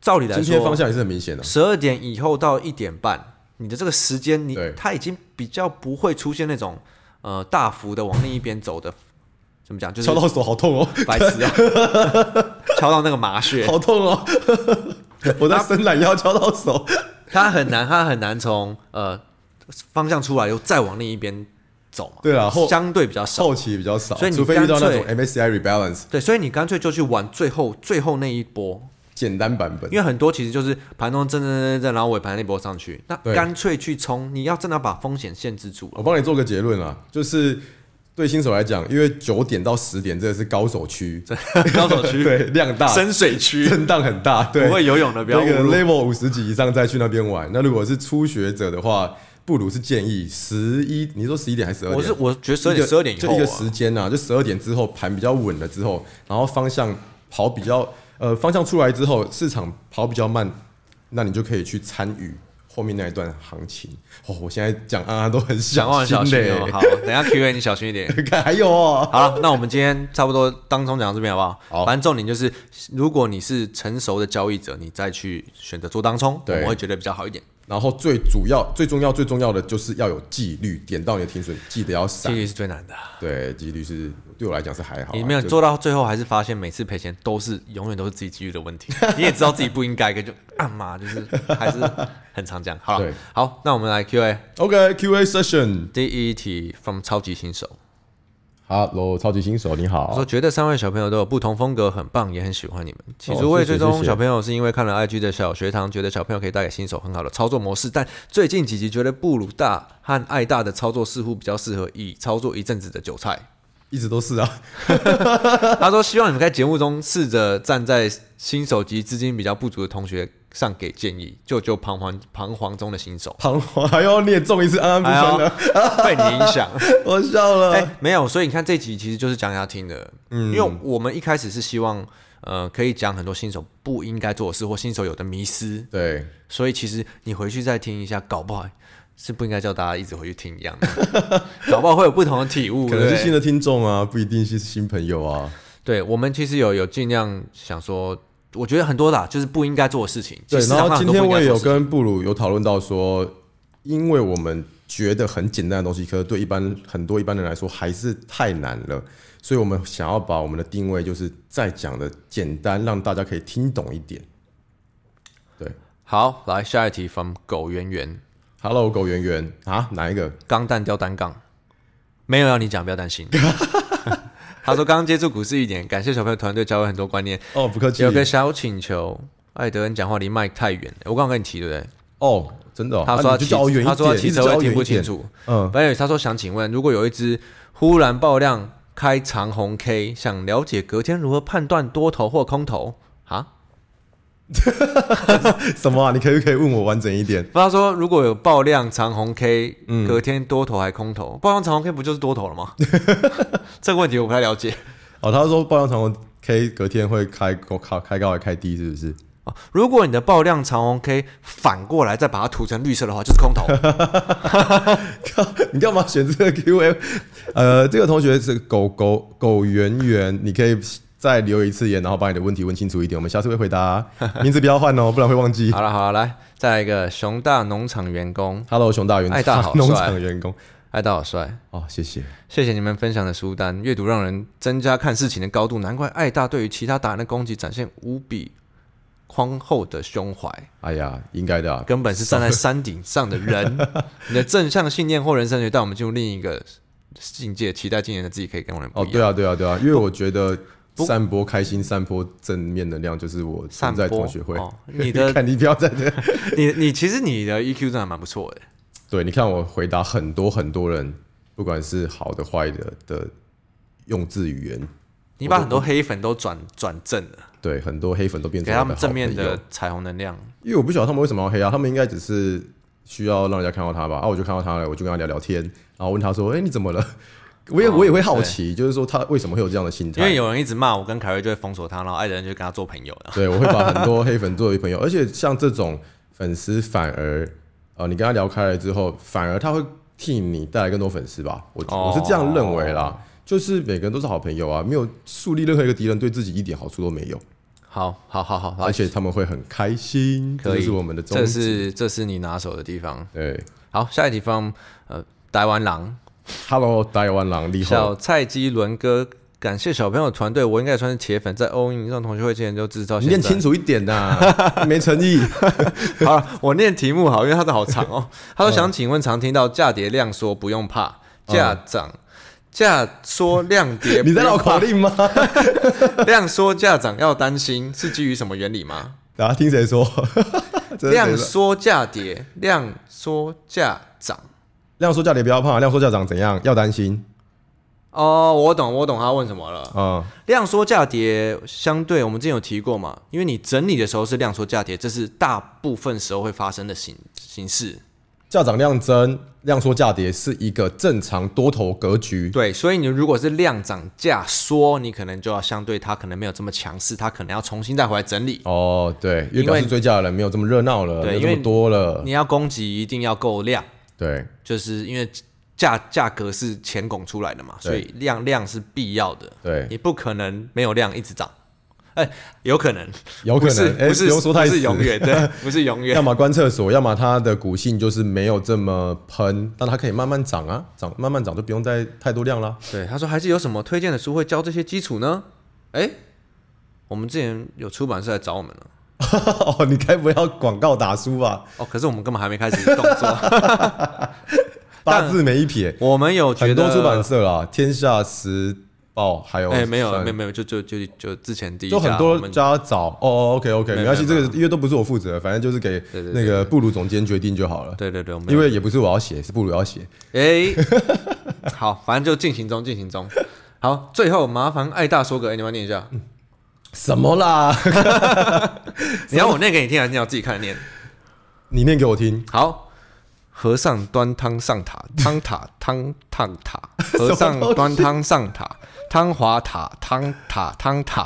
Speaker 1: 照理来
Speaker 2: 今天方
Speaker 1: 说，
Speaker 2: 向也是很明显的，
Speaker 1: 十二点以后到一点半，你的这个时间你
Speaker 2: 对
Speaker 1: 它已经比较不会出现那种呃大幅的往另一边走的，怎么讲就是
Speaker 2: 敲到手好痛 哦，
Speaker 1: 白痴 啊，敲到那个麻穴，
Speaker 2: 好痛 哦，我在伸懒腰敲到手，
Speaker 1: 它很难，它很难从呃方向出来又再往另一边走嘛。
Speaker 2: 对啊啦后
Speaker 1: 相对比较少。
Speaker 2: 后期比较少，
Speaker 1: 所以你
Speaker 2: 除非遇到那种
Speaker 1: 干
Speaker 2: MSCI rebalance
Speaker 1: 对，所以你干脆就去玩最后最后那一波，
Speaker 2: 简单版本
Speaker 1: 因，为很多其实就是盘中震震震震震，然后尾盘那波上去，那
Speaker 2: 对
Speaker 1: 干脆去冲。你要真的把风险限制住了，
Speaker 2: 我帮你做个结论啊，就是对新手来讲，因为九点到十点这个是高手区，
Speaker 1: 高手区、
Speaker 2: 对量大，
Speaker 1: 深水区，
Speaker 2: 震荡很大，对，
Speaker 1: 不会游泳的不要
Speaker 2: 那个
Speaker 1: 误入。
Speaker 2: level 五十级以上再去那边玩。那如果是初学者的话，布鲁是建议十一，你说十一点还是十二点？
Speaker 1: 我是我觉得十二
Speaker 2: 一个
Speaker 1: 点十二点以
Speaker 2: 就一
Speaker 1: 后
Speaker 2: 个
Speaker 1: 啊，
Speaker 2: 时间啊，就十二点之后盘比较稳了之后，然后方向跑比较呃方向出来之后，市场跑比较慢，那你就可以去参与后面那一段行情。哦，我现在讲啊都很
Speaker 1: 讲话
Speaker 2: 小
Speaker 1: 很小心
Speaker 2: 嘞、
Speaker 1: 哦。好，等一下 Q&A 你小心一点。
Speaker 2: 看还有哦，
Speaker 1: 好了，那我们今天差不多当中讲到这边好不好？
Speaker 2: 好
Speaker 1: 反正重点就是，如果你是成熟的交易者，你再去选择做当冲，我
Speaker 2: 对
Speaker 1: 们会觉得比较好一点。
Speaker 2: 然后最主要、最重要、最重要的就是要有纪律，点到你的停损，记得要
Speaker 1: 纪
Speaker 2: 闪。
Speaker 1: 律是最难的，
Speaker 2: 对，纪律是对我来讲是还好啊、
Speaker 1: 你没有
Speaker 2: 就
Speaker 1: 做到最后，还是发现每次赔钱都是永远都是自己纪律的问 题。你也知道自己不应该，可就啊妈，就是还是很常讲。好
Speaker 2: 对
Speaker 1: 了，好，那我们来 Q&A
Speaker 2: OK，Q&A session。
Speaker 1: 第一题，from 超级新手，
Speaker 2: Hello，超级新手，你
Speaker 1: 我
Speaker 2: 好
Speaker 1: 说。觉得三位小朋友都有不同风格，很棒，也很喜欢你们。起初
Speaker 2: 哦
Speaker 1: 会
Speaker 2: 谢
Speaker 1: 追
Speaker 2: 谢
Speaker 1: 踪
Speaker 2: 谢谢
Speaker 1: 小朋友是因为看了 IG 的小学堂，觉得小朋友可以带给新手很好的操作模式，但最近几集觉得布鲁大和爱大的操作似乎比较适合已操作一阵子的韭菜。
Speaker 2: 一直都是 啊，。
Speaker 1: 他说希望你们在节目中试着站在新手及资金比较不足的同学上给建议，救救彷徨彷徨中的新手
Speaker 2: 彷徨。哎呦，你也中一次安安不
Speaker 1: 哎呦
Speaker 2: 分 了，
Speaker 1: 被你影响。
Speaker 2: 我笑了。
Speaker 1: 哎、没有，所以你看这集其实就是讲给他听的，嗯，因为我们一开始是希望，呃，可以讲很多新手不应该做的事或新手有的迷失，
Speaker 2: 对，
Speaker 1: 所以其实你回去再听一下，搞不好是不应该叫大家一直回去听一样的， 搞不好会有不同的体悟，
Speaker 2: 可能
Speaker 1: 对
Speaker 2: 是
Speaker 1: 不
Speaker 2: 新
Speaker 1: 对
Speaker 2: 的听众啊，不一定是新朋友啊。
Speaker 1: 对，我们其实有有尽量想说，我觉得很多啦，就是不应该做的事情。
Speaker 2: 对
Speaker 1: 其，实市场
Speaker 2: 然
Speaker 1: 上
Speaker 2: 后
Speaker 1: 很
Speaker 2: 今
Speaker 1: 多不
Speaker 2: 天我
Speaker 1: 应该
Speaker 2: 也
Speaker 1: 做
Speaker 2: 有
Speaker 1: 的事情
Speaker 2: 跟布鲁有讨论到说，因为我们觉得很简单的东西，可是对一般很多一般人来说还是太难了，所以我们想要把我们的定位就是再讲的简单，让大家可以听懂一点。对
Speaker 1: 好，来下一题，from 狗圆圆，
Speaker 2: ，Hello，狗圆圆啊，哪一个？
Speaker 1: 钢弹吊单杠，没有要你讲，不要担 心。他说刚刚接触股市一点，感谢小朋友团队教我很多观念。
Speaker 2: 哦，不客气
Speaker 1: 有。个小请求，艾德恩讲话离麦太远，我刚刚跟你提对不对？
Speaker 2: 哦，真的哦、
Speaker 1: 他
Speaker 2: 啊
Speaker 1: 说
Speaker 2: 你就叫我远一
Speaker 1: 他
Speaker 2: 点，
Speaker 1: 说他
Speaker 2: 一
Speaker 1: 骑
Speaker 2: 直
Speaker 1: 车
Speaker 2: 叫
Speaker 1: 会
Speaker 2: 我
Speaker 1: 听
Speaker 2: 远
Speaker 1: 不
Speaker 2: 一
Speaker 1: 清
Speaker 2: 点。
Speaker 1: 楚。
Speaker 2: 嗯，
Speaker 1: 白宇他说想请问，如果有一只忽然爆量开长红 K，想了解隔天如何判断多头或空头啊？
Speaker 2: 什么啊？你可不可以问我完整一点？
Speaker 1: 不他说如果有爆量长红 K，、隔
Speaker 2: 嗯
Speaker 1: 天多头还空头，爆量长红 K 不就是多头了 吗？这个问题我不太了解
Speaker 2: 哦，他说爆量长虹 K 隔天会开高开开高还开低，是不是？
Speaker 1: 哦。如果你的爆量长红 K 反过来再把它涂成绿色的话，就是空头。
Speaker 2: 你干嘛选这个 Q A？呃，这个同学是狗狗狗圆圆，你可以再留一次言，然后把你的问题问清楚一点，我们下次会回 答。啊名字不要换哦，不然会忘 记。
Speaker 1: 好了好了，来再来一个熊大农场员工，
Speaker 2: Hello，熊哎大元，
Speaker 1: 爱大好
Speaker 2: 农
Speaker 1: 帅
Speaker 2: 场员工。
Speaker 1: 爱到好帅，
Speaker 2: 哦，谢谢。
Speaker 1: 谢谢你们分享的书单，阅读让人增加看事情的高度，难怪爱大对于其他达人的攻击展现无比宽厚的胸怀。
Speaker 2: 哎呀，应该的、啊。
Speaker 1: 根本是站在山顶上的人。你的正向信念或人生学带我们进入另一个境界，期待今年的自己可以跟我们不
Speaker 2: 哦，
Speaker 1: 一
Speaker 2: 对
Speaker 1: 样。
Speaker 2: 啊，对啊，对啊，因为我觉得
Speaker 1: 不
Speaker 2: 散播开心、散播正面能量，就是我
Speaker 1: 散
Speaker 2: 存
Speaker 1: 播
Speaker 2: 在同学会。
Speaker 1: 哦、你的
Speaker 2: 看你不要在这，
Speaker 1: 你你其实你的 EQ 真的蛮不错的，
Speaker 2: 对，你看我回答很多很多人，不管是好的坏的的用字语言，
Speaker 1: 你把很多黑粉都转转正了，
Speaker 2: 对，很多黑粉都变
Speaker 1: 给
Speaker 2: 成
Speaker 1: 他
Speaker 2: 我的
Speaker 1: 们
Speaker 2: 好
Speaker 1: 正面
Speaker 2: 朋友
Speaker 1: 的彩虹能量。
Speaker 2: 因为我不晓得他们为什么要黑啊，他们应该只是需要让人家看到他吧。啊，我就看到他了，我就跟他聊聊天，然后问他说：“哎、你怎么了？”我也、
Speaker 1: 哦
Speaker 2: 我也会好奇，就是说他为什么会有这样的心
Speaker 1: 因为
Speaker 2: 态？
Speaker 1: 有人一直骂我跟凯瑞，就会封锁他，然后爱的人就跟他做朋友 了。
Speaker 2: 对，我会把很多黑粉作为朋友，而且像这种粉丝反而，呃，你跟他聊开了之后，反而他会替你带来更多粉丝吧。我、
Speaker 1: 哦
Speaker 2: 我是这样认为啦，就是每个人都是好朋友啊，没有树立任何一个敌人，对自己一点好处都没有，
Speaker 1: 好，好，好，好，好
Speaker 2: 而，且他们会很开心，这
Speaker 1: 可
Speaker 2: 就
Speaker 1: 以，
Speaker 2: 是我们的宗
Speaker 1: 这
Speaker 2: 旨。
Speaker 1: 是这是你拿手的地方。
Speaker 2: 对
Speaker 1: 好，下一地方，呃，台湾狼，
Speaker 2: ，Hello，台湾狼，你好
Speaker 1: 小。蔡基伦哥，感谢小朋友团队，我应该也算是铁粉，在欧运上同学会之前就制造
Speaker 2: 你念清楚一点呐、没 诚意。
Speaker 1: 好了，我念题目好，因为他的好长 哦。他说想请问，常听到价跌量缩不用怕，价涨价缩量 跌
Speaker 2: 你在绕
Speaker 1: 不
Speaker 2: 口
Speaker 1: 用
Speaker 2: 令吗？
Speaker 1: 怕，量缩价涨要担心，是基于什么原理吗？
Speaker 2: 大家听谁说？ 真的谁
Speaker 1: 量
Speaker 2: 说
Speaker 1: 缩价跌，量缩价涨。
Speaker 2: 亮说教你不要怕，亮说教长怎样？要担心
Speaker 1: 哦，我懂，我懂他问什么了。
Speaker 2: 啊、
Speaker 1: 量缩价跌，相对我们之前有提过嘛，因为你整理的时候是量缩价跌，这是大部分时候会发生的形形式。
Speaker 2: 教长亮真，亮说价跌是一个正常多头格局。
Speaker 1: 对，所以你如果是量涨价缩，你可能就要相对它可能没有这么强势，它可能要重新再回来整理。
Speaker 2: 哦，对，
Speaker 1: 因
Speaker 2: 因为
Speaker 1: 为
Speaker 2: 表示追价的人没有这么热闹了，
Speaker 1: 对
Speaker 2: 没有这
Speaker 1: 因
Speaker 2: 么
Speaker 1: 为
Speaker 2: 多了
Speaker 1: 你。要攻击一定要够量，
Speaker 2: 对，
Speaker 1: 就是因为价价格是钱拱出来的嘛，所以量量是必要的。
Speaker 2: 对
Speaker 1: 你不可能没有量一直涨，哎、有可能，
Speaker 2: 有可
Speaker 1: 不是
Speaker 2: 能，哎，
Speaker 1: 不是
Speaker 2: 用说太
Speaker 1: 不
Speaker 2: 死
Speaker 1: 是永，远， 对，不是永
Speaker 2: 要
Speaker 1: 远。
Speaker 2: 么关厕所，要么它的股性就是没有这么喷，但它可以慢慢涨啊，涨慢慢涨就不用再太多量啦。
Speaker 1: 对，他说还是有什么推荐的书会教这些基础呢？哎、我们之前有出版社来找我们了。
Speaker 2: 哦，你该不要广告打书吧？
Speaker 1: 哦，可是我们根本还没开始动 作。
Speaker 2: 八字没一撇，
Speaker 1: 我们有觉
Speaker 2: 很
Speaker 1: 得
Speaker 2: 多出版社啦，《天下时报》还有
Speaker 1: 哎、没有
Speaker 2: 算
Speaker 1: 没有没有，就就就就之前第一
Speaker 2: 就很
Speaker 1: 家我
Speaker 2: 多
Speaker 1: 们
Speaker 2: 家找哦，OK OK，
Speaker 1: 没有
Speaker 2: 没关系，
Speaker 1: 没
Speaker 2: 这
Speaker 1: 有
Speaker 2: 个因为都不是我负责，反正就是给
Speaker 1: 对对
Speaker 2: 那个布鲁总监决定就好了。
Speaker 1: 对对对，我们
Speaker 2: 因
Speaker 1: 有
Speaker 2: 为也不是我要写，是布鲁要写。
Speaker 1: 哎、 好，反正就进行中，进行中。好，最后麻烦艾大说个，哎、你要念一下，
Speaker 2: 嗯什么啦？
Speaker 1: 你要我念给你听，还是你要自己看着念？
Speaker 2: 你念给 我听。
Speaker 1: 好，和尚端汤上 塔，汤塔汤烫 塔，和尚端汤上塔，汤华塔汤塔汤塔。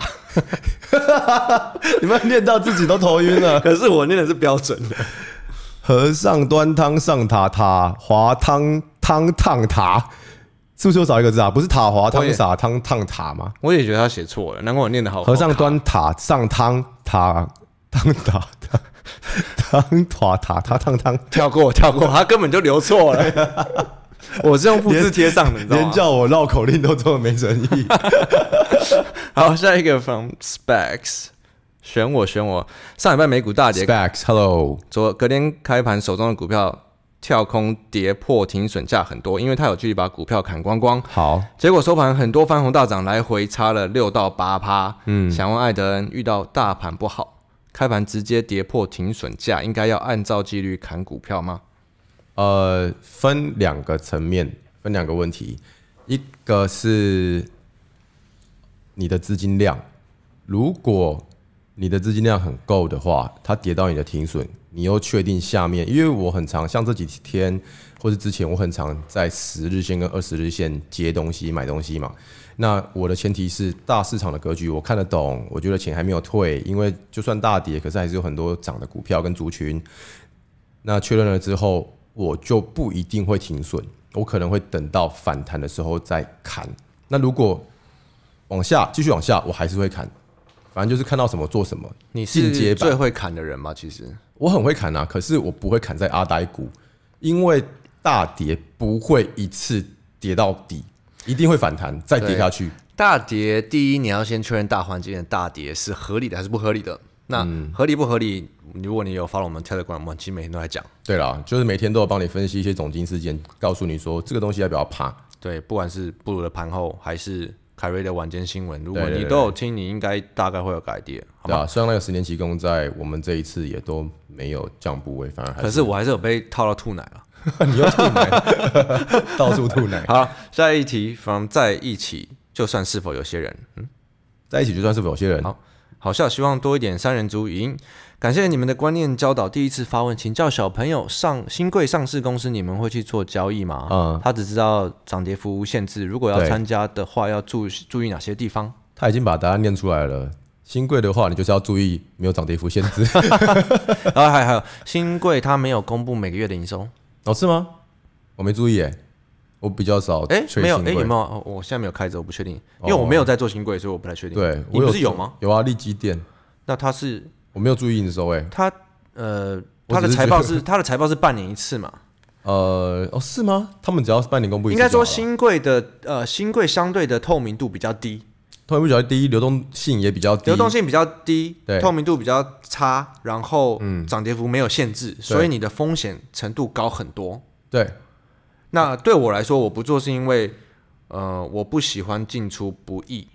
Speaker 2: 你们念到自己都头晕了。
Speaker 1: 可是我念的是标准的，
Speaker 2: 和尚端汤上塔塔，滑汤汤烫塔，是不是又少一个字啊？不是塔滑
Speaker 1: 我
Speaker 2: 汤
Speaker 1: 也
Speaker 2: 洒汤烫塔吗？
Speaker 1: 我也觉得他写错了，难怪我念的好。
Speaker 2: 和尚端塔上汤塔汤塔 汤汤塔塔塔汤汤，
Speaker 1: 跳过跳 过，他根本就留错了。 我是用复制贴上的，你知道
Speaker 2: 连
Speaker 1: 吗？
Speaker 2: 叫我绕口令都这么没诚意。
Speaker 1: 好，下一个 from Specs，选我选我。上礼拜美股大跌，
Speaker 2: Specs，Hello，
Speaker 1: 昨隔天开盘手中的股票跳空跌破停损价很多，因为它有距离把股票砍光光。
Speaker 2: 好，
Speaker 1: 结果收盘很多翻红大涨，来回差了六到八趴。嗯，想问艾德恩，遇到大盘不好，开盘直接跌破停损价，应该要按照纪律砍股票吗？
Speaker 2: 呃，分两个层面，分两个问题，一个是你的资金量，如果你的资金量很够的话，它跌到你的停损，你又确定下面，因为我很常像这几天或是之前，我很常在十日线跟二十日线接东西买东西嘛。那我的前提是大市场的格局我看得懂，我觉得钱还没有退，因为就算大跌，可是还是有很多涨的股票跟族群。那确认了之后，我就不一定会停损，我可能会等到反弹的时候再砍。那如果往下继续往下，我还是会砍，反正就是看到什么做什么。
Speaker 1: 你
Speaker 2: 进阶
Speaker 1: 是
Speaker 2: 版
Speaker 1: 最会砍的人吗？其实
Speaker 2: 我很会砍啊，可是我不会砍在阿呆股，因为大跌不会一次跌到底，一定会反弹再跌下去。
Speaker 1: 大跌，第一你要先确认大环境的大跌是合理的还是不合理的。那合理不合理，如果你有 follow 我们 Telegram，我们其实每天都在讲。
Speaker 2: 对啦，就是每天都有帮你分析一些总经事件，告诉你说这个东西要不要怕。
Speaker 1: 对，不管是布鲁的盘后还是凯瑞的晚间新闻，如果
Speaker 2: 对对
Speaker 1: 你
Speaker 2: 对
Speaker 1: 都有听，你应该大概会有个 idea，好
Speaker 2: 对
Speaker 1: 吗？
Speaker 2: 啊，虽然那个十年期公债，我们这一次也都没有降部位，反而还
Speaker 1: 可是我还是有被套到吐奶啊了。
Speaker 2: 你要吐奶， 到处吐奶，
Speaker 1: 好，下一题，防在一起，就算是否有些人，嗯，
Speaker 2: 在一起就算是有些人
Speaker 1: 好好笑，希望多一点三人组语音。感谢你们的观念教导。第一次发问，请教小朋友上新贵上市公司，你们会去做交易吗？
Speaker 2: 嗯
Speaker 1: 他只知道涨跌幅无限制，如果要
Speaker 2: 对
Speaker 1: 参加的话，要注注意哪些地 方？
Speaker 2: 他已经把答案念出来了。新贵的话，你就是要注意没有涨跌幅限 制。
Speaker 1: 然后啊还还有新贵，他没有公布每个月的营收，
Speaker 2: 哦，是吗？我没注意诶，我比较少
Speaker 1: 哎，
Speaker 2: 吹
Speaker 1: 没有，
Speaker 2: 新
Speaker 1: 哎，有
Speaker 2: 贵
Speaker 1: 没有？哦我现在没有开着，我不确定，因为我没有在做新贵，所以我不太确定。
Speaker 2: 对，
Speaker 1: 你
Speaker 2: 我
Speaker 1: 不是有
Speaker 2: 做
Speaker 1: 吗？？
Speaker 2: 有啊，利基店，
Speaker 1: 那他是
Speaker 2: 我没有注意营收诶。
Speaker 1: 他呃，
Speaker 2: 我
Speaker 1: 他的
Speaker 2: 只是
Speaker 1: 财报
Speaker 2: 觉得
Speaker 1: 是他的财报是半年一次嘛？
Speaker 2: 呃，哦，是吗？他们只要半年公布一啊
Speaker 1: 应
Speaker 2: 次就
Speaker 1: 该
Speaker 2: 好
Speaker 1: 说
Speaker 2: 了，
Speaker 1: 新贵的呃，新贵相对的透明度比较低，
Speaker 2: 通常不晓得第一流动性也比较低，
Speaker 1: 流动性比较低
Speaker 2: 对，嗯
Speaker 1: 透明度比较差，然后涨跌幅没有限制，所以你的风险程度高很多。
Speaker 2: 对，
Speaker 1: 那对我来说，我不做是因为呃，我不喜欢进出不易，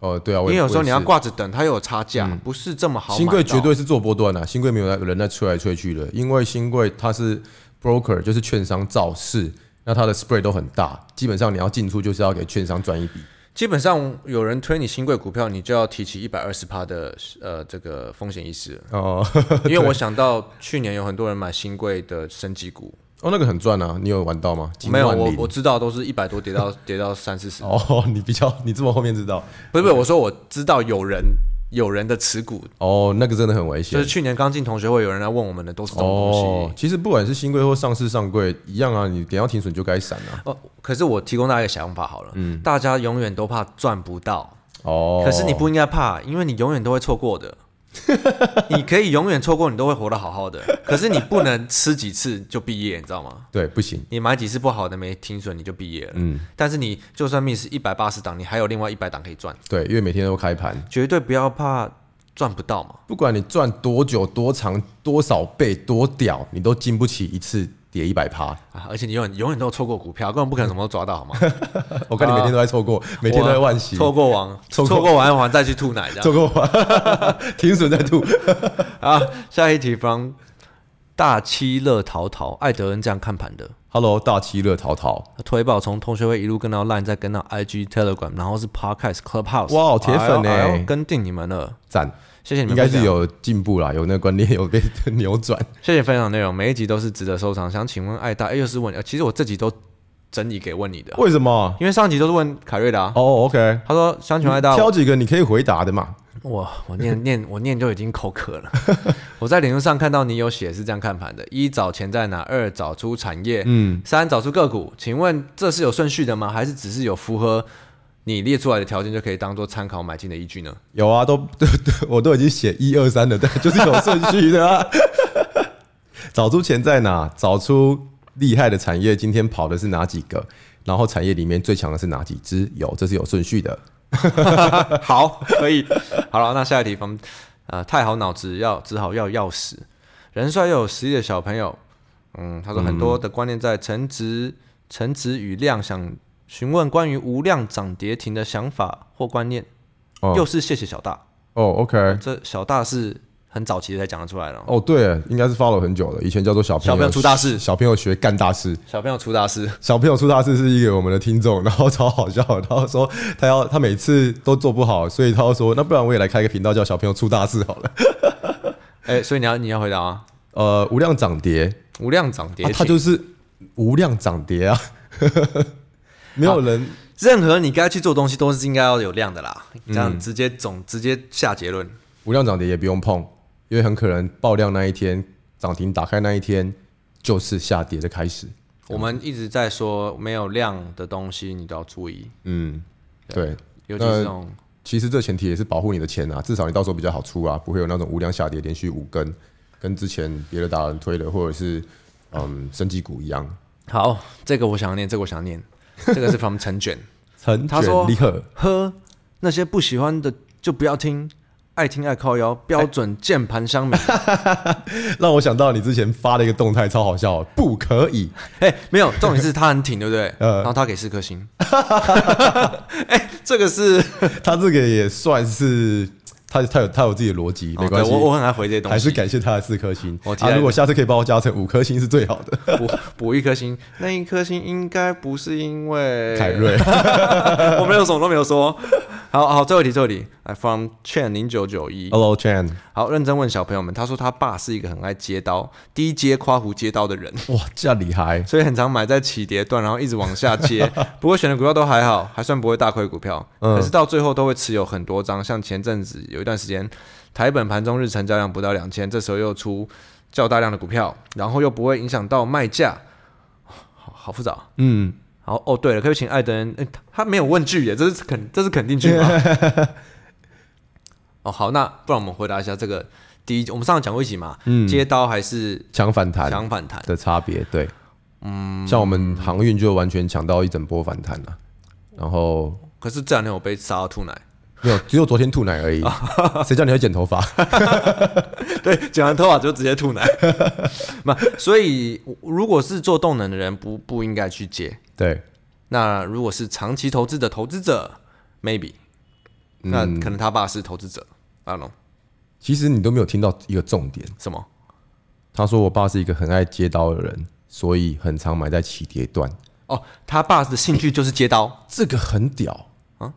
Speaker 2: 哦，对啊，
Speaker 1: 因
Speaker 2: 我
Speaker 1: 为
Speaker 2: 也
Speaker 1: 有时候你要。
Speaker 2: 我
Speaker 1: 挂着等，它又有差价，不是这么
Speaker 2: 也
Speaker 1: 好
Speaker 2: 是
Speaker 1: 买到。
Speaker 2: 新贵绝对是做波段啊，新贵没有在人在吹来吹去的，因为新贵它是 broker，就是券商造市，那它的 spread 都很大，基本上你要进出就是要给券商赚一笔。
Speaker 1: 基本上有人推你新贵股票，你就要提起一百二十趴的呃这个风险意识 了，
Speaker 2: 哦
Speaker 1: 因为我想到去年有很多人买新贵的升级股，
Speaker 2: 哦，那个很赚啊，你有玩到吗？几
Speaker 1: 没有
Speaker 2: 万
Speaker 1: 我
Speaker 2: 零
Speaker 1: 我知道都是一百多跌到 跌到三四十，
Speaker 2: 哦， 你比较你这么后面知道
Speaker 1: 不是不是，我说我知道有人有人的持股，
Speaker 2: 哦，那个真的很危
Speaker 1: 就
Speaker 2: 险
Speaker 1: 是。去年刚进同学会有人来问我们的都是这种东西。
Speaker 2: 哦
Speaker 1: 哦，
Speaker 2: 其实不管是新贵或上市上柜一样啊，你点要停损就该闪啊。
Speaker 1: 哦可是我提供大家一个想法好了，嗯，大家永远都怕赚不到，
Speaker 2: 哦，
Speaker 1: 可是你不应该怕，因为你永远都会错过 的。你可以永远错过，你都会活得好好的。可是你不能吃几次就毕业，你知道吗？
Speaker 2: 对不行，
Speaker 1: 你买几次不好的没停损，你就毕业了。
Speaker 2: 嗯，
Speaker 1: 但是你就算 miss 一百八十档，你还有另外一百档可以赚，
Speaker 2: 对，因为每天都开盘，
Speaker 1: 绝对不要怕赚不到嘛。
Speaker 2: 不管你赚多久、多长、多少倍、多屌，你都经不起一次跌一百 趴。
Speaker 1: 啊！而且你永远永远都有错过股票，根本不可能什么都抓到，好 吗？
Speaker 2: 我看你每天都在错过，每天都在万喜，
Speaker 1: 错过王，
Speaker 2: 错
Speaker 1: 错
Speaker 2: 过
Speaker 1: 过完完再去吐奶这样
Speaker 2: 错过 完，停损再吐。
Speaker 1: 啊。下一题 from 大七乐淘淘，艾德恩这样看盘的。
Speaker 2: Hello，大七乐淘淘，
Speaker 1: 推宝从同学会一路跟到 Line，再跟到 IG、Telegram，然后是 Podcast、Clubhouse。
Speaker 2: 哇哦铁粉
Speaker 1: 哎呦哎
Speaker 2: 欸
Speaker 1: 呦跟定你们了，
Speaker 2: 赞，
Speaker 1: 谢谢你们。
Speaker 2: 应该是，有进步啦，有那个观念有被 扭转。
Speaker 1: 谢谢分享内容，每一集都是值得收藏。想请问艾大，哎，又是问你，呃其实我这集都整理给问你的，
Speaker 2: 为什么？
Speaker 1: 因为上集都是问凯瑞的啊。
Speaker 2: 哦，OK，
Speaker 1: 他说想请问艾大，
Speaker 2: 挑几个你可以回答的嘛。
Speaker 1: 我我念念我念就已经口渴了。我在脸书上看到你有写是这样看盘的：一找钱在哪，二找出产业，
Speaker 2: 嗯，
Speaker 1: 三找出个股。请问这是有顺序的吗？还是只是有符合你列出来的条件就可以当做参考买进的依据呢？
Speaker 2: 有啊，都对对，我都已经写一二三了，但 就是有顺序的、啊。 找出钱在哪，找出厉害的产业，今天跑的是哪几个，然后产业里面最强的是哪几只，有，这是有顺序的。
Speaker 1: 好，可以。好了，那下一题方，呃，太好脑子要只好要钥匙。人帅又有实力的小朋友，嗯，他说很多的观念在成值、成值与量，想询问关于无量涨跌停的想法或观念。
Speaker 2: 哦
Speaker 1: 又是谢谢小大，
Speaker 2: 哦，OK，
Speaker 1: 这小大是很早期才讲得出来了。
Speaker 2: 哦，对，应该是 follow 很久了，以前叫做小朋友
Speaker 1: 小朋友出大事
Speaker 2: 小朋友学干大事。
Speaker 1: 小朋友出大事，
Speaker 2: 小朋友出大事是一个我们的听众，然后超好笑，然后说他要他每次都做不好，所以他要说那不然我也来开一个频道叫小朋友出大事好了。
Speaker 1: 哎、所以你要你要回答啊，
Speaker 2: 呃，无量涨跌，
Speaker 1: 无量涨跌
Speaker 2: 啊
Speaker 1: 停，
Speaker 2: 它就是无量涨跌啊， 没有人
Speaker 1: 任何你该去做的东西都是应该要有量的啦，这样直接总、直接下结论。
Speaker 2: 无量涨跌也不用碰，因为很可能爆量那一天，涨停打开那一天就是下跌的开始。
Speaker 1: 我们一直在说没有量的东西你都要注意，
Speaker 2: 嗯，对，
Speaker 1: 尤其是这种
Speaker 2: 其实这前提也是保护你的钱啊，至少你到时候比较好出啊，不会有那种无量下跌连续五根，跟之前别的达人推的或者是嗯升级股一样。
Speaker 1: 好，这个我想念，这个我想 念，这个是 from 陈卷，
Speaker 2: 陈
Speaker 1: 他
Speaker 2: 卷
Speaker 1: 说
Speaker 2: 立刻
Speaker 1: 喝那些不喜欢的就不要听，爱听爱靠腰，标准键盘乡民。
Speaker 2: 让我想到你之前发的一个动态，超好笑，啊不可以，
Speaker 1: 哎、没有，重点是他很挺，对不对？
Speaker 2: 呃
Speaker 1: 然后他给四颗星。 哎、这个是，
Speaker 2: 他这个也算是他他有他有自己的逻辑，没
Speaker 1: 哦
Speaker 2: 关
Speaker 1: 对
Speaker 2: 系，
Speaker 1: 我我很爱回这些东西，
Speaker 2: 还是感谢他的四颗星。
Speaker 1: 我提
Speaker 2: 啊，
Speaker 1: 来
Speaker 2: 如果下次可以帮我加成五颗星是最好的。
Speaker 1: 补补一颗星，那一颗星应该不是因为
Speaker 2: 凯，瑞，
Speaker 1: 我没有什么都没有说。好好，最后一题，最后一题，来，from Chen 零九九一。
Speaker 2: Hello Chan，
Speaker 1: 好，认真问小朋友们，他说他爸是一个很爱接刀、低接夸胡接刀的人，
Speaker 2: 哇，这样厉害，
Speaker 1: 所以很常买在起跌段，然后一直往下接。不过选的股票都还好，还算不会大亏股票，可是到最后都会持有很多张。像前阵子有一段时间，台本盘中日成交量不到两千，这时候又出较大量的股票，然后又不会影响到卖价，好好复杂。
Speaker 2: 嗯，
Speaker 1: 然后哦，对了，可以请艾登，诶他他没有问句耶，这是肯这是肯定句吗？哦，好，那不然我们回答一下这个第一，我们上次讲过一集嘛，接刀还是
Speaker 2: 强反弹
Speaker 1: 强反弹？
Speaker 2: 的差别，对，嗯，像我们航运就完全抢到一整波反弹了，然后
Speaker 1: 可是这两天我被杀到吐奶，
Speaker 2: 没有，只有昨天吐奶 而已，谁叫你会剪头发？
Speaker 1: 对，剪完头发就直接吐奶。 那所以如果是做动能的人，不不应该去接。
Speaker 2: 对，
Speaker 1: 那如果是长期投资的投资者，maybe，那
Speaker 2: 嗯
Speaker 1: 可能他爸是投资者，I don't know，
Speaker 2: 其实你都没有听到一个重点，
Speaker 1: 什么？
Speaker 2: 他说我爸是一个很爱接刀的人，所以很常买在起跌段，
Speaker 1: 哦，他爸的兴趣就是 接刀。
Speaker 2: 这个很屌啊！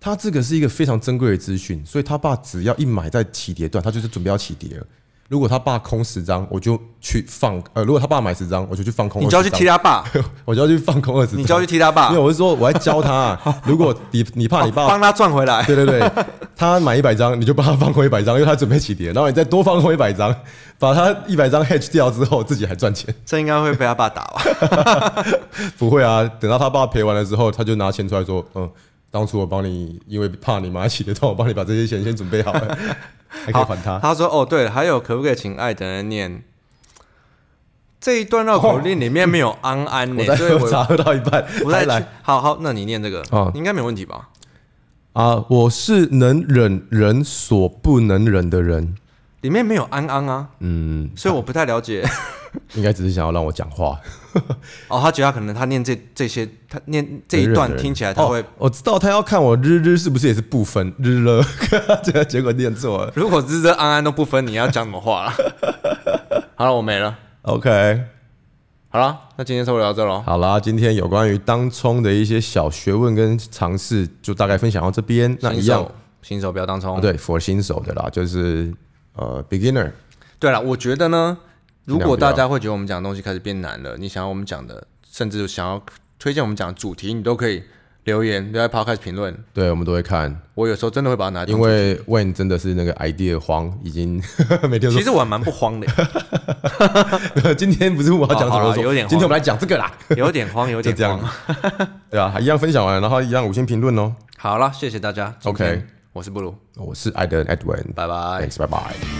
Speaker 2: 他这个是一个非常珍贵的资讯，所以他爸只要一买在起跌段，他就是准备要起跌了。如果他爸空十张，我就去放；呃，如果他爸买十张，我就去放空。
Speaker 1: 你就要去踢，他爸，
Speaker 2: 我就要去放空二十。
Speaker 1: 你就要去踢他爸
Speaker 2: 因为，我是说，我在教他、如果你你怕你爸，
Speaker 1: 帮他赚回来。
Speaker 2: 对对对，他买一百张，你就帮他放空一百张，因为他准备起跌，然后你再多放空一百张，把他一百张 hedge 掉之后，自己还赚钱。
Speaker 1: 这应该会被他爸打 吧？
Speaker 2: 不会啊，等到他爸赔完了之后，他就拿钱出来说，嗯，当初我帮你，因为怕你妈起的痛，我帮你把这些钱先准备 好了，还可以
Speaker 1: 好，
Speaker 2: 还他。
Speaker 1: 他说：“哦，对了，还有可不可以请爱的人念这一段绕口令里面没有安安呢、
Speaker 2: 哦我在
Speaker 1: 所以
Speaker 2: 喝
Speaker 1: 我
Speaker 2: 茶喝到一半，
Speaker 1: 不
Speaker 2: 还
Speaker 1: 太
Speaker 2: 来
Speaker 1: 去。好好，那你念这个，
Speaker 2: 哦
Speaker 1: 应该没问题吧？
Speaker 2: 啊！我是能忍人所不能忍的人，
Speaker 1: 里面没有安安啊，
Speaker 2: 嗯，
Speaker 1: 所以我不太了解。
Speaker 2: 应该只是想要让我讲话。
Speaker 1: 哦，他觉得他可能他念这这些，他念这一段听起来他会
Speaker 2: 哦，我知道他要看我日日是不是也是不分日 了，结果结果念错了。
Speaker 1: 如果是这安安都不分，你要讲什么话 啦？好了，我没了。
Speaker 2: OK，
Speaker 1: 好了，那今天差不多聊到这喽。
Speaker 2: 好啦，今天有关于当冲的一些小学问跟尝试，就大概分享到这边。那
Speaker 1: 新
Speaker 2: 一样
Speaker 1: 手，新手不要当冲。
Speaker 2: 哦，对，for 新手的啦，就是呃 beginner，
Speaker 1: 对了，我觉得呢，如果
Speaker 2: 尽量不要
Speaker 1: 大家会觉得我们讲的东西开始变难了，你想要我们讲的，甚至想要推荐我们讲的主题，你都可以留言留在 podcast 评论。
Speaker 2: 对我们都会看，
Speaker 1: 我有时候真的会把它拿进
Speaker 2: 因为 Wayne 真的是那个 idea 荒，已经 每天
Speaker 1: 其
Speaker 2: 都
Speaker 1: 实我还蛮不慌的，
Speaker 2: 说 今天不是我要讲什
Speaker 1: 好
Speaker 2: 么
Speaker 1: 好，
Speaker 2: 说
Speaker 1: 哦有点慌
Speaker 2: 今天我们来讲这个啦，
Speaker 1: 有点慌，有
Speaker 2: 就
Speaker 1: 点
Speaker 2: 这样
Speaker 1: 慌。，
Speaker 2: 对啊，还一样分享完，然后一样五星评论哦。
Speaker 1: 好了，谢谢大家。
Speaker 2: OK
Speaker 1: 今天我是布鲁，
Speaker 2: 我是艾德 Edwin，
Speaker 1: 拜拜。
Speaker 2: thanks，拜拜。